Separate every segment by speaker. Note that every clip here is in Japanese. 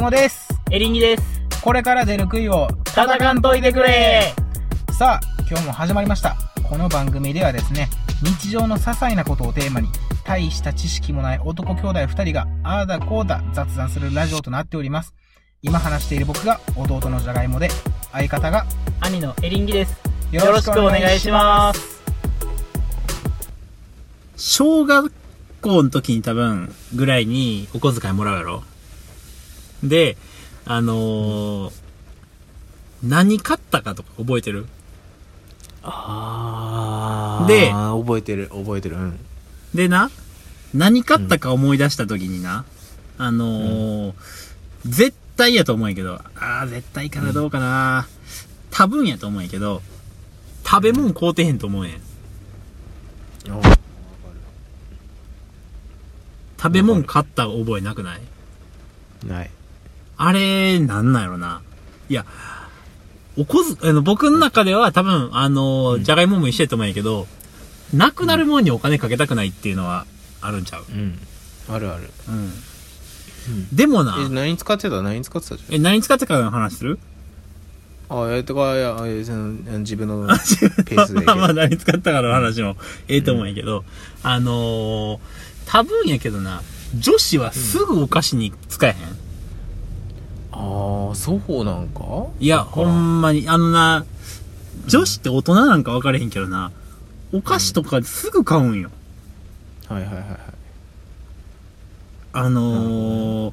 Speaker 1: リンギです。
Speaker 2: これから出る杭を
Speaker 1: 戦んといてくれ
Speaker 2: さあ今日も始まりましたこの番組ではですね日常の些細なことをテーマに大した知識もない男兄弟2人がああだこうだ雑談するラジオとなっております今話している僕が弟のじゃがいもで相方が
Speaker 1: 兄のエリンギです。よろしくお願いします。
Speaker 3: 小学校の時に多分、ぐらいにお小遣いもらうやろ。で、あのー何買ったかとか覚えてる
Speaker 4: あー
Speaker 3: で
Speaker 4: 覚えてる、覚えてる。うん。
Speaker 3: でな、何買ったか思い出した時にな、あのー絶対やと思うんやけど、あー絶対かなどうかな、多分やと思うんやけど、食べ物買うてへんと思うねん。
Speaker 4: お
Speaker 3: 食べ物買った覚えなくない
Speaker 4: ない。
Speaker 3: あれ、なんなんやろな。いや、おこず、あの、僕の中では多分、あの、じゃがいもも一緒やと思うんやけど、なくなるもんにお金かけたくないっていうのはあるんちゃう
Speaker 4: うん。あるある。
Speaker 3: うん。でもな、
Speaker 4: え、何使ってた何使ってたじ
Speaker 3: え、何使ってからの話する
Speaker 4: ゃん。あ、え、とか、いや、え、その、自 分 のペースでいけ
Speaker 3: まあまあ
Speaker 4: る。
Speaker 3: 何使ったかの話もええと思うんやけど、あのー、多分やけどな、女子はすぐお菓子に使えへん。
Speaker 4: ああ、そうなんか
Speaker 3: いや、ほんまに、あのな、女子って大人なんか分かれへんけどな、お菓子とかすぐ買うんよ。
Speaker 4: はいはいはいはい。
Speaker 3: あのー、
Speaker 4: うん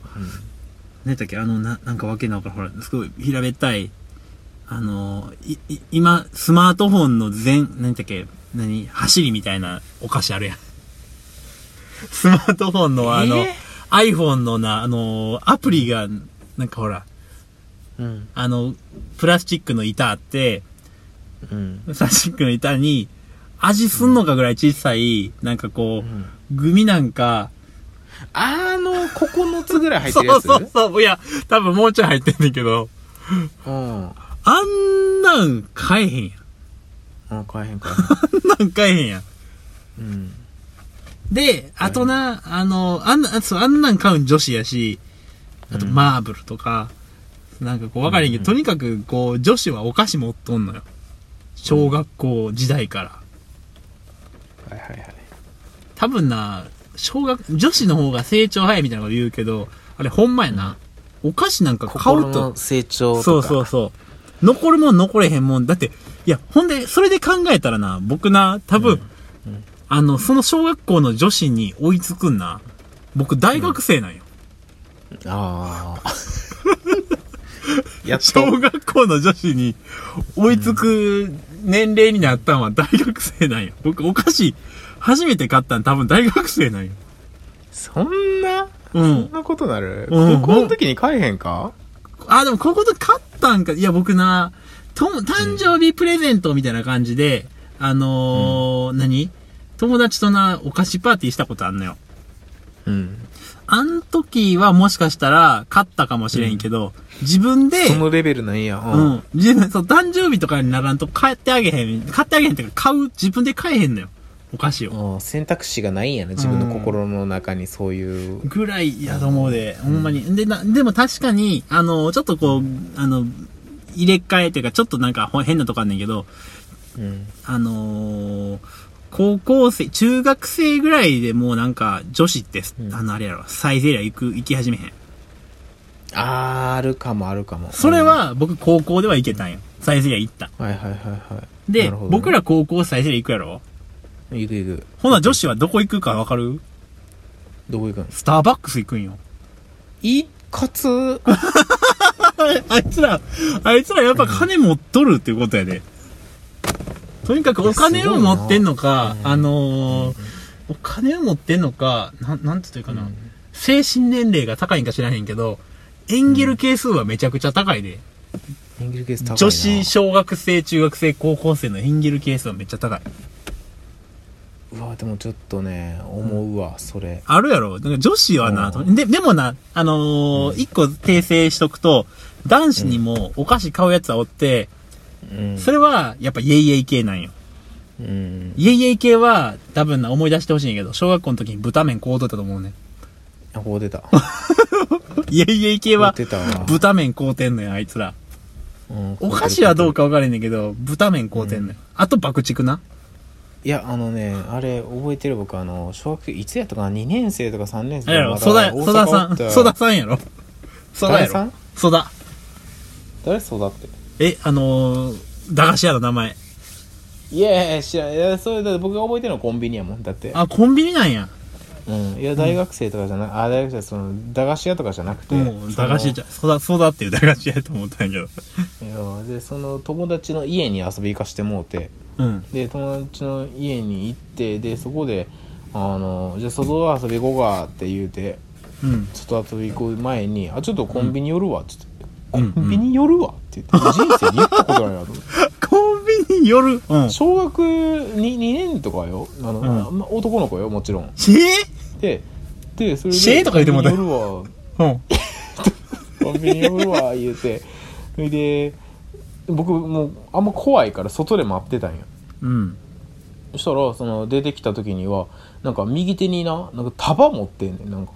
Speaker 3: 何やったっけあの、な、なんかわけのわからん。ほら、すごい平べったい。あのー、い、い、今、スマートフォンの全、何やったっけ何走りみたいなお菓子あるやん。スマートフォンのあの、
Speaker 4: え
Speaker 3: iPhone のな、あのー、アプリが、なんかほら、
Speaker 4: うん。
Speaker 3: あの、プラスチックの板あって、
Speaker 4: うん。
Speaker 3: プラスチックの板に、味すんのかぐらい小さい、なんかこ
Speaker 4: うん
Speaker 3: う、グミなんか、
Speaker 4: あの、9つぐらい入って
Speaker 3: そ
Speaker 4: るや
Speaker 3: う
Speaker 4: つ
Speaker 3: そうそう、いや、多分もうちょい入ってんだけど、
Speaker 4: うん。
Speaker 3: あんなん買えへんやん。
Speaker 4: うん、買えへん買
Speaker 3: あんなん買えへんやん。
Speaker 4: えへん。うん。
Speaker 3: で、あとな、あの、あんな、そう、あんなん買うん女子やし、あと
Speaker 4: うん
Speaker 3: マーブルとか、なんかこうわかれへんけど、とにかくこう、女子はお菓子持っとんのよ。小学校時代から。
Speaker 4: はいはいはい。
Speaker 3: 多分な、小学、女子の方が成長早いみたいなこと言うけど、あれほんまやな。お菓子なんか買
Speaker 4: 心
Speaker 3: うと
Speaker 4: の。成長とか。
Speaker 3: そうそうそう。残るもん残れへんもん。だって、いや、ほんで、それで考えたらな、僕な、多分、あの、その小学校の女子に追いつくんな。僕、大学生なんよ。
Speaker 4: ああ。 やっ
Speaker 3: 小
Speaker 4: と。
Speaker 3: 学校の女子に追いつく年齢になったんは大学生なんよ。僕、お菓子、初めて買ったん多分大学生なんよ。
Speaker 4: そんな
Speaker 3: うん
Speaker 4: そん。なことなる、
Speaker 3: うん
Speaker 4: 高校の時に買えへんか
Speaker 3: あ、でも、ここと買ったんか。いや、僕な、と、誕生日プレゼントみたいな感じで、あのー何友達とな、お菓子パーティーしたことあんのよ。
Speaker 4: うん。
Speaker 3: あん時はもしかしたら、買ったかもしれんけど、自分で、
Speaker 4: そのレベルなんや。
Speaker 3: う。
Speaker 4: うん
Speaker 3: 自分、そう、誕生日とかにならんと買ってあげへん。買ってあげへんっていうか、買う、自分で買えへんのよ。お菓子を。
Speaker 4: ん。選択肢がないんやな。自分の心の中にそういう。
Speaker 3: ぐらいやと思うで、ほんまに。で、な、でも確かに、あの、ちょっとこう、あの、入れ替えというか、ちょっとなんかほ変なとこあんねんけど、
Speaker 4: うん。
Speaker 3: あのー高校生、中学生ぐらいでもうなんか、女子って、
Speaker 4: うん
Speaker 3: あの、あれやろ、サイゼリア行く、行き始めへん。
Speaker 4: あー、あるかもあるかも。
Speaker 3: それは、僕、高校では行けたんよ。サイゼリア行った。
Speaker 4: うん。はいはいはいはい。
Speaker 3: で、
Speaker 4: なるほどね
Speaker 3: 僕。ら高校サイゼリア行くやろ
Speaker 4: 行く行く。
Speaker 3: ほな、女子はどこ行くかわかる
Speaker 4: どこ行くん
Speaker 3: スターバックス行くんよ。
Speaker 4: 一括
Speaker 3: あいつら、あいつらやっぱ金持っとるっていうことやで。とにかくお金を持ってんのか、あのーお金を持ってんのか、なん、なんて言うかな、精神年齢が高いんか知らへんけど、エンゲル係数はめちゃくちゃ高いで。
Speaker 4: エンゲルケース高いな。
Speaker 3: 女子、小学生、中学生、高校生のエンゲル係数はめっちゃ高い。
Speaker 4: うわ、でもちょっとね、思うわ、それ。
Speaker 3: あるやろ。なんか女子はな、
Speaker 4: うん
Speaker 3: で、でもな、あのー一個訂正しとくと、男子にもお菓子買うやつはおって、
Speaker 4: うん。
Speaker 3: それはやっぱイエイエイ系なんよ。
Speaker 4: うん。
Speaker 3: イエイエイ系は、多分な、思い出してほしいんやけど、小学校の時に豚麺こうとったと思うね。
Speaker 4: あ、ここ出た。
Speaker 3: イエイイエイ系
Speaker 4: 持っ
Speaker 3: は、
Speaker 4: てたわ。
Speaker 3: 豚麺買うてんのよ、あいつら。
Speaker 4: うん
Speaker 3: お菓子はどうかわからへんねんけど、豚麺買うてんのよ。あと爆竹な。
Speaker 4: いや、あのね、あれ、覚えてる僕、あの、小学、いつやったかな ?2 年生とか3年
Speaker 3: あ
Speaker 4: 生
Speaker 3: れやろ、
Speaker 4: まだ
Speaker 3: ソダ、
Speaker 4: 大
Speaker 3: ソ
Speaker 4: 阪
Speaker 3: ダさ
Speaker 4: お
Speaker 3: ん
Speaker 4: っ、た
Speaker 3: ソダさんやろ。ソダや
Speaker 4: 誰さ
Speaker 3: ろ
Speaker 4: ん。
Speaker 3: ソダ。
Speaker 4: 誰ソダって。
Speaker 3: え、あのー、駄菓子屋の名前。
Speaker 4: いやいや、知らん。いや、それだって僕が覚えてるのはコンビニやもん。だって。
Speaker 3: あ、コンビニなんや。
Speaker 4: うん。いや、大学生とかじゃなく、あ、大学生、その、駄菓子屋とかじゃなくて。
Speaker 3: もう、駄菓子
Speaker 4: じ
Speaker 3: じゃ、ソダ、ソダっていう駄菓子屋やと思ったんやけど。
Speaker 4: ゃん。いや、で、その、友達の家に遊び行かしてもうて。
Speaker 3: うん。
Speaker 4: で友達の家に行ってでそこで「あのじゃあ外遊び行こうか」って言うて
Speaker 3: うん。
Speaker 4: 外遊び行く前に「あちょっとコンビニ寄るわ」っつって「
Speaker 3: うん
Speaker 4: コンビニ寄るわ」って言って人生に言ったことないなと思って
Speaker 3: コンビニ夜うん。え
Speaker 4: 小学 2, 2年とかよあの、
Speaker 3: うん
Speaker 4: まあ男の子よもちろん
Speaker 3: ぇ
Speaker 4: ででそれで
Speaker 3: シェーとか言ってもら
Speaker 4: コ
Speaker 3: っ
Speaker 4: ン
Speaker 3: た
Speaker 4: ビニ寄るわ
Speaker 3: うん。
Speaker 4: コンビニ寄るわ言うてそれで僕もうあんま怖いから外で待ってたんよ
Speaker 3: うん。
Speaker 4: そしたらその出てきた時にはなんか右手にななんか束持ってんねんなんか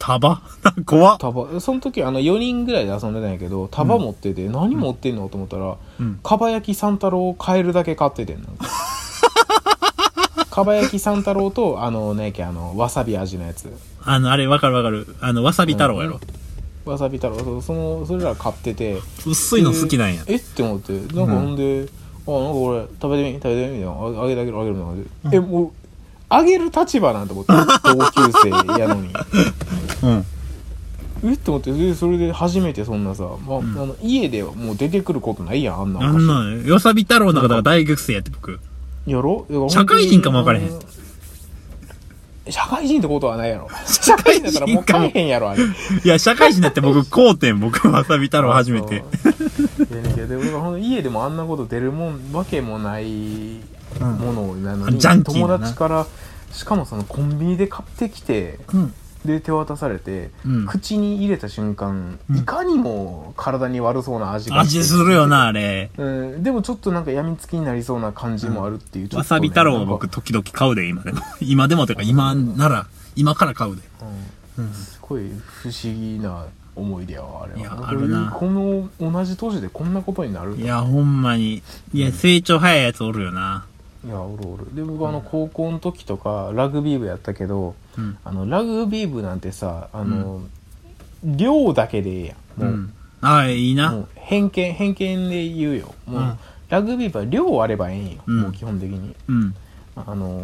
Speaker 3: 束 怖っ。
Speaker 4: 束その時あの4人ぐらいで遊んでたんやけど束持ってて、何持ってんのと思ったら、
Speaker 3: うん
Speaker 4: かば焼き三太郎を買えるだけ買って てんなんかかば焼き三太郎とあのねあのわさび味のやつ
Speaker 3: あの、あれ、わかるわかる。あの、わさび太郎やろ。
Speaker 4: わさび太郎そうそのそれら買ってて
Speaker 3: 薄いの好きなんや。
Speaker 4: ええって思ってなんかほんで、あなんかこれ食べてみ食べてみみたいなああげてあげるあげるみたいな感じで、えもうあげる立場なんて思って同級生やのに
Speaker 3: うん。
Speaker 4: えって思ってでそれで初めてそんなさ、まああの家ではもう出てくることないやんあんな
Speaker 3: あんなん、よさび太郎の方が大学生やって僕。
Speaker 4: やろだら本当に
Speaker 3: 社会人かも分からへん
Speaker 4: あの社会人ってことはないやろ 社会人だからもう買えへんやろあれ
Speaker 3: いや、社会人だって僕、こうてん、僕、わさび太郎初めて。
Speaker 4: そういやいやで俺はほんと家でもあんなこと出るもんわけもないものなのに、
Speaker 3: あジャンキーだな
Speaker 4: 友達からしかもそのコンビニで買ってきて
Speaker 3: うん。
Speaker 4: で手渡されて、
Speaker 3: うん
Speaker 4: 口に入れた瞬間、いかにも体に悪そう な味がして
Speaker 3: 味するよな、あれ。
Speaker 4: うん、でもちょっとなんか病みつきになりそうな感じもあるっていう、ちょ
Speaker 3: わ
Speaker 4: っとね
Speaker 3: さび太郎は
Speaker 4: なんか
Speaker 3: 僕、時々買うで、今でも。今でもというか、今なら、今から買うで。
Speaker 4: すごい不思議な思い出やわあれはい
Speaker 3: や
Speaker 4: んか
Speaker 3: あるな
Speaker 4: この同じ年でこんなことになる
Speaker 3: いや、ほんまに。いや、成長早いやつおるよな。
Speaker 4: いやおるおるで僕あの高校の時とかラグビー部やったけど、
Speaker 3: うん
Speaker 4: あのラグビー部なんてさあの、量だけでええやん
Speaker 3: う
Speaker 4: もう,、
Speaker 3: ん。ああ、いい
Speaker 4: も
Speaker 3: な。
Speaker 4: う偏見偏見で言うよもう、
Speaker 3: うん
Speaker 4: ラグビー部は量あればええんよ、
Speaker 3: うん
Speaker 4: もう基本的に
Speaker 3: うん。
Speaker 4: あの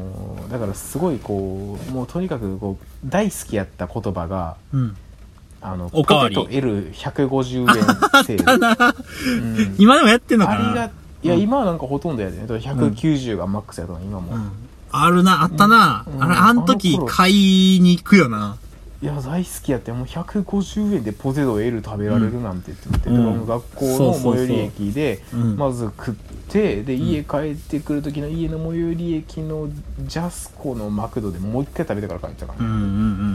Speaker 4: ーだからすごいこうもうとにかくこう大好きやった言葉が
Speaker 3: うん。
Speaker 4: あの
Speaker 3: お
Speaker 4: ポテ
Speaker 3: かわり
Speaker 4: ト L150 円セ ールうん
Speaker 3: 今でもやってんのか
Speaker 4: あ
Speaker 3: な
Speaker 4: りがいや、今はなんかほとんどやでねだから190がマックスやとか今も、
Speaker 3: うんあるな、あったな。
Speaker 4: うん
Speaker 3: あれ、あの
Speaker 4: あ
Speaker 3: 時
Speaker 4: の頃
Speaker 3: 買いに行くよな。
Speaker 4: いや大好きやってもう150円でポテト L 食べられるなんてって言って、
Speaker 3: うん
Speaker 4: だからもう学校
Speaker 3: そうそうそ
Speaker 4: の
Speaker 3: う
Speaker 4: 最寄り駅で
Speaker 3: うん
Speaker 4: まず食ってで家帰ってくる時の家の最寄り駅のジャスコのマクドでもう一回食べてから帰ってたから
Speaker 3: うん
Speaker 4: ね、
Speaker 3: うんう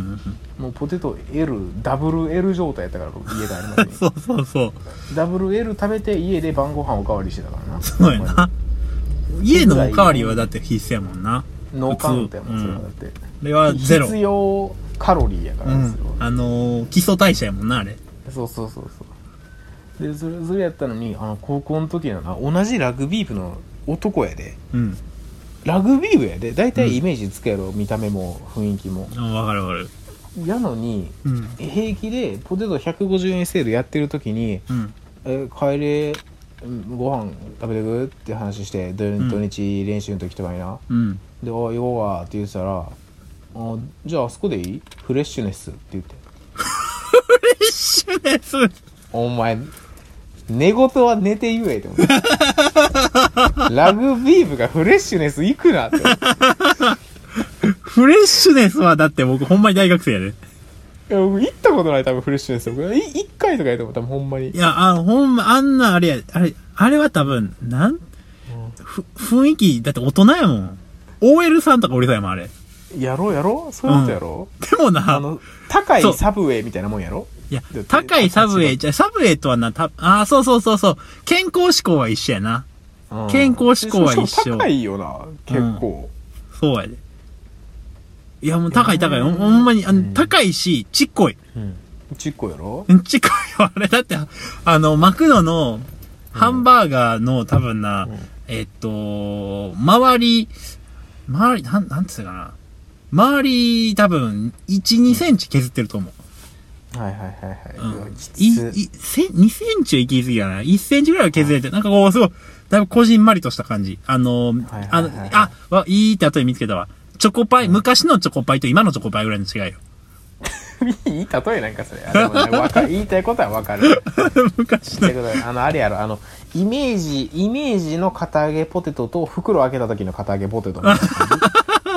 Speaker 3: ん
Speaker 4: もうポテト L ダブル L 状態やったから僕家帰りま
Speaker 3: う
Speaker 4: で
Speaker 3: ん。
Speaker 4: に
Speaker 3: そうそうそう。
Speaker 4: ダブル L 食べて家で晩ご飯おかわりしてたからな
Speaker 3: そうやな。家のおかわりはだって必須やもんな。
Speaker 4: ノーカウントやもんそれはだって、
Speaker 3: あれはゼロ。
Speaker 4: 必要カロリーやか
Speaker 3: う
Speaker 4: らです
Speaker 3: ん
Speaker 4: よ、。
Speaker 3: あのー、基礎代謝やもんな、あれ。
Speaker 4: そうそうそうそうでそれそれやったのにあの高校の時のな同じラグビー部の男やで
Speaker 3: うん。
Speaker 4: ラグビー部やで大体イメージつくやろ、見た目も雰囲気も
Speaker 3: あわかるわかる。
Speaker 4: やのに
Speaker 3: うん。
Speaker 4: 平気でポテト150円セールやってる時に
Speaker 3: うん。
Speaker 4: 「え帰れうんご飯食べてく?」って話して土
Speaker 3: ん
Speaker 4: 土日練習の時とかにな、
Speaker 3: うん。
Speaker 4: で「おいよわ」って言ってたら「あじゃああそこでいいフレッシュネス」って言って
Speaker 3: 一緒です。
Speaker 4: お前、寝言は寝て言えって思 って。ラグビー部がフレッシュネス行くなって思って。
Speaker 3: フレッシュネスはだって僕ほんまに大学生やで。
Speaker 4: いや僕行ったことない多分フレッシュネス。僕い一回とかやと思った多分ほんまに
Speaker 3: い。や、あの、ほんま、あんなあれや、あれ、あれは多分、なん、ふ、雰囲気、だって大人やもん。OL さんとか俺さんやもん、あれ。
Speaker 4: やろうやろうそういうことやろ
Speaker 3: で
Speaker 4: う、
Speaker 3: も
Speaker 4: あ
Speaker 3: な、
Speaker 4: の、高
Speaker 3: そう
Speaker 4: いサブウェイみたいなもんやろ
Speaker 3: いや
Speaker 4: だって、
Speaker 3: 高いサブウェイ、じゃ、サブウェイとはな、た、ああ、そうそうそうそう、健康志向は一緒やな。
Speaker 4: うん
Speaker 3: 健康志向は一緒
Speaker 4: しかも高いよな、結構。
Speaker 3: そうやで。いや、もう高い高い、ほんほんまに、あの、高いし、ちっこい。
Speaker 4: うん。ちっこやろ
Speaker 3: うんちこいよ、あれだって、あの、マクドのハンバーガーの多分な、えっと、周り、周り、なん、なんつうかな。周り、多分、1、2センチ削ってると思う。
Speaker 4: はいはいはいはい。
Speaker 3: うん
Speaker 4: うわきつ
Speaker 3: い、い、せん2センチは行き過ぎやな。1センチぐらいは削れて、なんかこう、すごい、だいぶこじんまりとした感じ。あのー
Speaker 4: はいはい、
Speaker 3: あ
Speaker 4: はい
Speaker 3: の、あ、わ、いいって後で見つけたわ。チョコパイ、昔のチョコパイと今のチョコパイぐらいの違いよ。
Speaker 4: いい例えなんかそれ。あでもねわかる言いたいことはわかる。
Speaker 3: 昔
Speaker 4: だ
Speaker 3: の
Speaker 4: け。どあのあれやろあのイメージイメージの片揚げポテトと袋開けた時の片揚げポテトみたい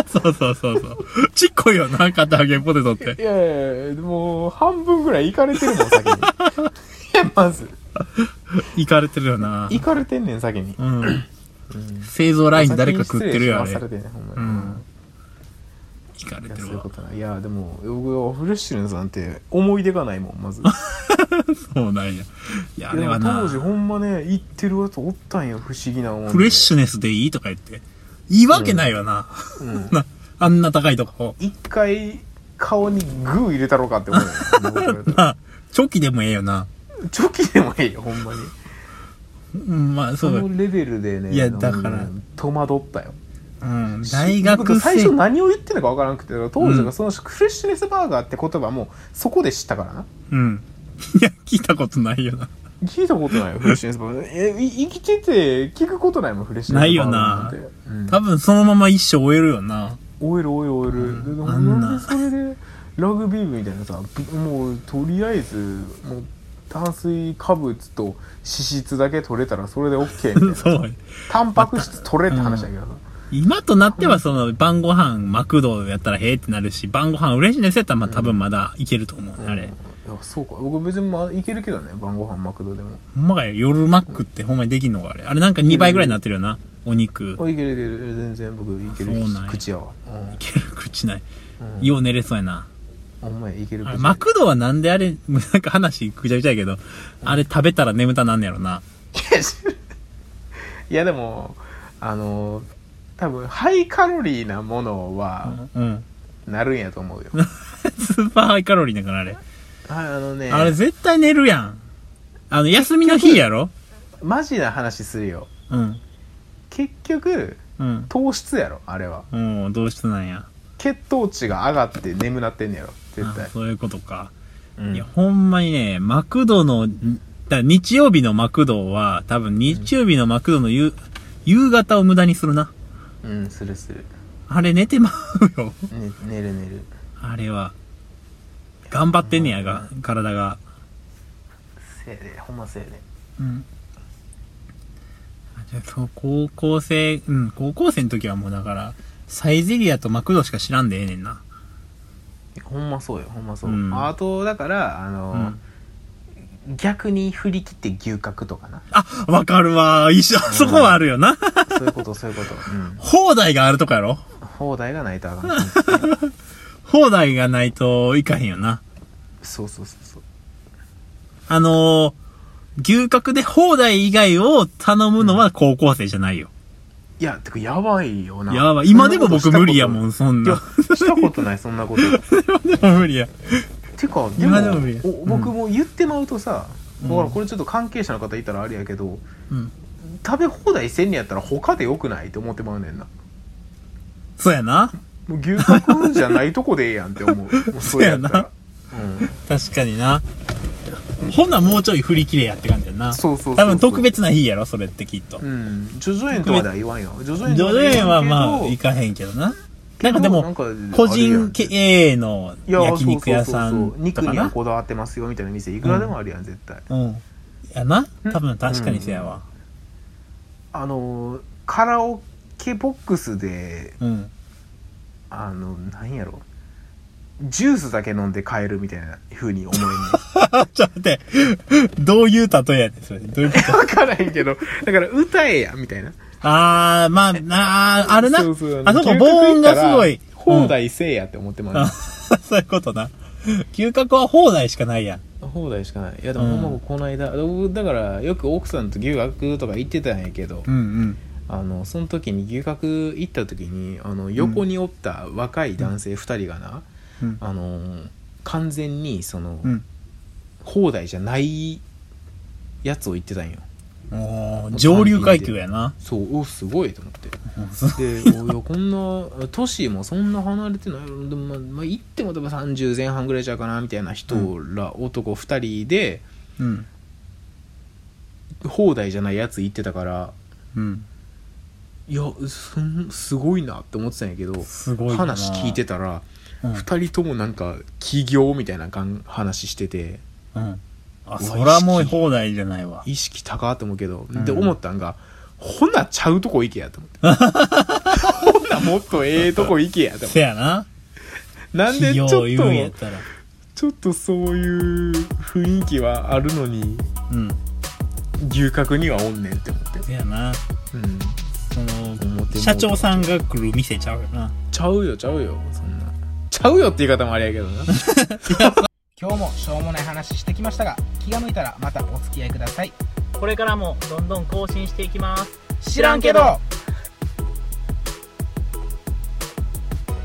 Speaker 3: そうそうそうそう。ちっこいよな、片揚げポテトって。
Speaker 4: ないやいやいやもう半分ぐらいいかれてるもん 先にいやまず
Speaker 3: いかれてるよな。
Speaker 4: いかれてんねん先に
Speaker 3: うん。製造ライン誰か食ってるよ、あれ。
Speaker 4: 先に失礼しますされてんねんほ
Speaker 3: うん
Speaker 4: まに
Speaker 3: ん。いかれ
Speaker 4: いや
Speaker 3: て
Speaker 4: そう
Speaker 3: る
Speaker 4: いう
Speaker 3: わ
Speaker 4: こ。とないいやでも僕フレッシュネスなんて思い出がないも んまず
Speaker 3: そうなんや。いや、あ
Speaker 4: い
Speaker 3: れ
Speaker 4: や
Speaker 3: は
Speaker 4: 当
Speaker 3: な、
Speaker 4: 時
Speaker 3: フ
Speaker 4: ほんまね行ってるやつおったんよ不思議なもんで
Speaker 3: レッシュネスでいいとか言って。いいわけないよな。
Speaker 4: うん
Speaker 3: なあんな高いとこ。
Speaker 4: 一回顔にグー入れたろかって思うよ 僕から言うと
Speaker 3: あ、チョキでもええよな。
Speaker 4: チョキでもいいよほんまに
Speaker 3: うん、まあ、そ。
Speaker 4: そうのレベルでね
Speaker 3: いや
Speaker 4: なん
Speaker 3: だから
Speaker 4: 戸惑ったよ
Speaker 3: うん、大学
Speaker 4: 最
Speaker 3: 生
Speaker 4: 初。何を言ってんのか分からなくて当時
Speaker 3: う
Speaker 4: が
Speaker 3: ん
Speaker 4: そのフレッシュネスバーガーって言葉もそこで知ったからな
Speaker 3: うん。 いや、聞いたことないよな。
Speaker 4: 聞いたこと ないよフレッシュネスバーガーえい生きてて聞くことないもんフレッシュネスバーガーなんて
Speaker 3: ない
Speaker 4: うん
Speaker 3: 多分そのまま一生終えるよな。
Speaker 4: オイルオイルオイル、
Speaker 3: ん
Speaker 4: で
Speaker 3: あん
Speaker 4: な
Speaker 3: なん
Speaker 4: でそれでラグビー部みたいなさびもうとりあえずもう炭水化物と脂質だけ取れたらそれで OK みたいな
Speaker 3: そう。
Speaker 4: タンパク質取れって話だけどさ、
Speaker 3: 今となってはその晩ご飯マクドやったらへえってなるし、晩ご飯嬉しいですやったらまあ多分まだいけると思うね、あれ。
Speaker 4: いやそうか僕別にまあいけるけどね晩ご飯マクドでも
Speaker 3: ほんまかよ、夜マックってほんまにできんのかあれ。あれなんか2倍ぐらいになってるよな、お肉。い
Speaker 4: あいけるいける全然僕いける
Speaker 3: そうなんや
Speaker 4: 口やわうん
Speaker 3: ける 口ない。よう寝れそうやな。
Speaker 4: お前いける
Speaker 3: あ
Speaker 4: 口
Speaker 3: れマクドはなんであれ、なんか話ぐちゃぐちゃやけど、あれ食べたら眠たなんねやろな。
Speaker 4: いやでもあの多分ハイカロリーなものは
Speaker 3: うん。
Speaker 4: なるんやと思うよ、
Speaker 3: スーパーハイカロリーだからあれ。
Speaker 4: あのね
Speaker 3: あれ絶対寝るやん。あの、休みの日やろ
Speaker 4: マジな話するよ
Speaker 3: うん。
Speaker 4: 結局
Speaker 3: うん。
Speaker 4: 糖質やろあれは
Speaker 3: もう、どうしてなんや。
Speaker 4: 血糖値が上がって眠なってんねやろ絶対
Speaker 3: あそういうことか。
Speaker 4: うん
Speaker 3: いや、ほんまにね、マクドの、んだ日曜日のマクドは、多分日曜日のマクドの夕、夕方を無駄にするな。
Speaker 4: うんするする、
Speaker 3: あれ寝てまうよ。
Speaker 4: ね、寝る寝る
Speaker 3: あれは。頑張ってんねやが、体が。
Speaker 4: せいでほんませいで
Speaker 3: うん。あじゃあそう、高校生、うん、高校生の時はもうだから、サイゼリアとマクドしか知らんでええねんな。
Speaker 4: ほんまそうよほんまそう、
Speaker 3: うん
Speaker 4: あとだからあの、
Speaker 3: うん
Speaker 4: 逆に振り切って牛角とかな
Speaker 3: あ、わかるわ。一緒、そこはあるよな。
Speaker 4: そういうことそういうこと、うん、
Speaker 3: 放題があるとかやろ
Speaker 4: 放題がないとあかん
Speaker 3: 放題がないといかへんよな。
Speaker 4: そうそうそうそう
Speaker 3: あのー、牛角で放題以外を頼むのは高校生じゃないよ。
Speaker 4: いやてかやばいよな
Speaker 3: やばい。今でも僕無理やも
Speaker 4: ん
Speaker 3: ん、そん
Speaker 4: いや
Speaker 3: な。
Speaker 4: したことないそんなこと
Speaker 3: 今でも無理や。
Speaker 4: てかで
Speaker 3: 今
Speaker 4: も
Speaker 3: でも無理や
Speaker 4: お
Speaker 3: うん
Speaker 4: 僕も言ってまうとさ、だからこれちょっと関係者の方いたらあれやけど
Speaker 3: うん。
Speaker 4: 食べ放題せんねやったら他でよくないって思ってまうねんな
Speaker 3: そうやな。
Speaker 4: もう牛角じゃないとこでええやんって 思うもうそれやったらうん
Speaker 3: 確かにな。ほんならもうちょい振り切れやって感じやな。
Speaker 4: そうそうそうそう
Speaker 3: 多分特別な日やろ、それってきっと。
Speaker 4: うん、ジョジョ園とまでは言わんよ。ジョジョ園
Speaker 3: ジ
Speaker 4: とま
Speaker 3: ョ
Speaker 4: で
Speaker 3: ジョ園は
Speaker 4: 言
Speaker 3: ま
Speaker 4: わん
Speaker 3: あ、
Speaker 4: けど
Speaker 3: 行かへんけどな。なんかでも、
Speaker 4: なんか
Speaker 3: 個
Speaker 4: あるや
Speaker 3: 人
Speaker 4: ん
Speaker 3: 経営の
Speaker 4: いや
Speaker 3: 焼肉屋さ
Speaker 4: そうそ
Speaker 3: ん
Speaker 4: うそうそう肉
Speaker 3: とか
Speaker 4: には
Speaker 3: な。
Speaker 4: こだわってますよみたいな店いくらでもあるやん、絶対
Speaker 3: うん。やな。多分確かにそうやわ。
Speaker 4: あのーカラオケボックスで
Speaker 3: うん。
Speaker 4: あのなんやろジュースだけ飲んで帰るみたいな風に思えんね
Speaker 3: あ、ちょっと待って。 どういう例えやねん、それ。どういうこ
Speaker 4: 分からへんけどだから歌えやみたいな
Speaker 3: とあー、まあ、なあー、あるな。
Speaker 4: うう
Speaker 3: あそこ、
Speaker 4: の
Speaker 3: 防音がすごい
Speaker 4: 究。極言ったら放題せえやって思って
Speaker 3: うん。 あ
Speaker 4: ます、
Speaker 3: そういうことな。嗅覚は放題しかないやん。
Speaker 4: 放題しかないいやで
Speaker 3: う
Speaker 4: も
Speaker 3: ん
Speaker 4: ほんまこの間僕だからよく奥さんと留学とか行ってたんやけど、
Speaker 3: うんうん。
Speaker 4: あのその時に牛角行った時にあの横におった若い男性2人がな、
Speaker 3: うん
Speaker 4: あの完全にその、
Speaker 3: うん
Speaker 4: 広大じゃないやつを言ってたんよ
Speaker 3: おー上流階級やな。
Speaker 4: そうおすごいと思って
Speaker 3: そう
Speaker 4: でおいやこんな都市もそんな離れてないよでも、まあまあ、行っても多分30前半ぐらいちゃうかなみたいな人ら、男2人で
Speaker 3: うん。
Speaker 4: 放題じゃないやつ行ってたから
Speaker 3: うん。
Speaker 4: いやすんすごいなって思ってたんやけど
Speaker 3: すごいな。
Speaker 4: 話聞いてたら、
Speaker 3: うん
Speaker 4: 2人ともなんか起業みたいなかん話してて
Speaker 3: うん。あ、
Speaker 4: わ
Speaker 3: そらもう放題じゃないわ。
Speaker 4: 意識高って思うけど、で
Speaker 3: うん
Speaker 4: 思ったんがほなちゃうとこ行けやと 思ってほなもっとええとこ行けやと思って
Speaker 3: せやな。
Speaker 4: なんで
Speaker 3: 企
Speaker 4: ちょ
Speaker 3: 業
Speaker 4: っと
Speaker 3: 言うんやったら。
Speaker 4: ちょっとそういう雰囲気はあるのに
Speaker 3: うん。
Speaker 4: 牛角にはおんねんって思って、
Speaker 3: せやな。
Speaker 4: うん、
Speaker 3: その、
Speaker 4: 表も
Speaker 3: 社長さんが来る店ちゃうよな。
Speaker 4: ちゃうよちゃうよそんなちゃうよって言い方もあれやけどな
Speaker 2: 今日もしょうもない話してきましたが気が向いたらまたお付き合いください
Speaker 1: これからもどんどん更新していきます
Speaker 2: 知らんけど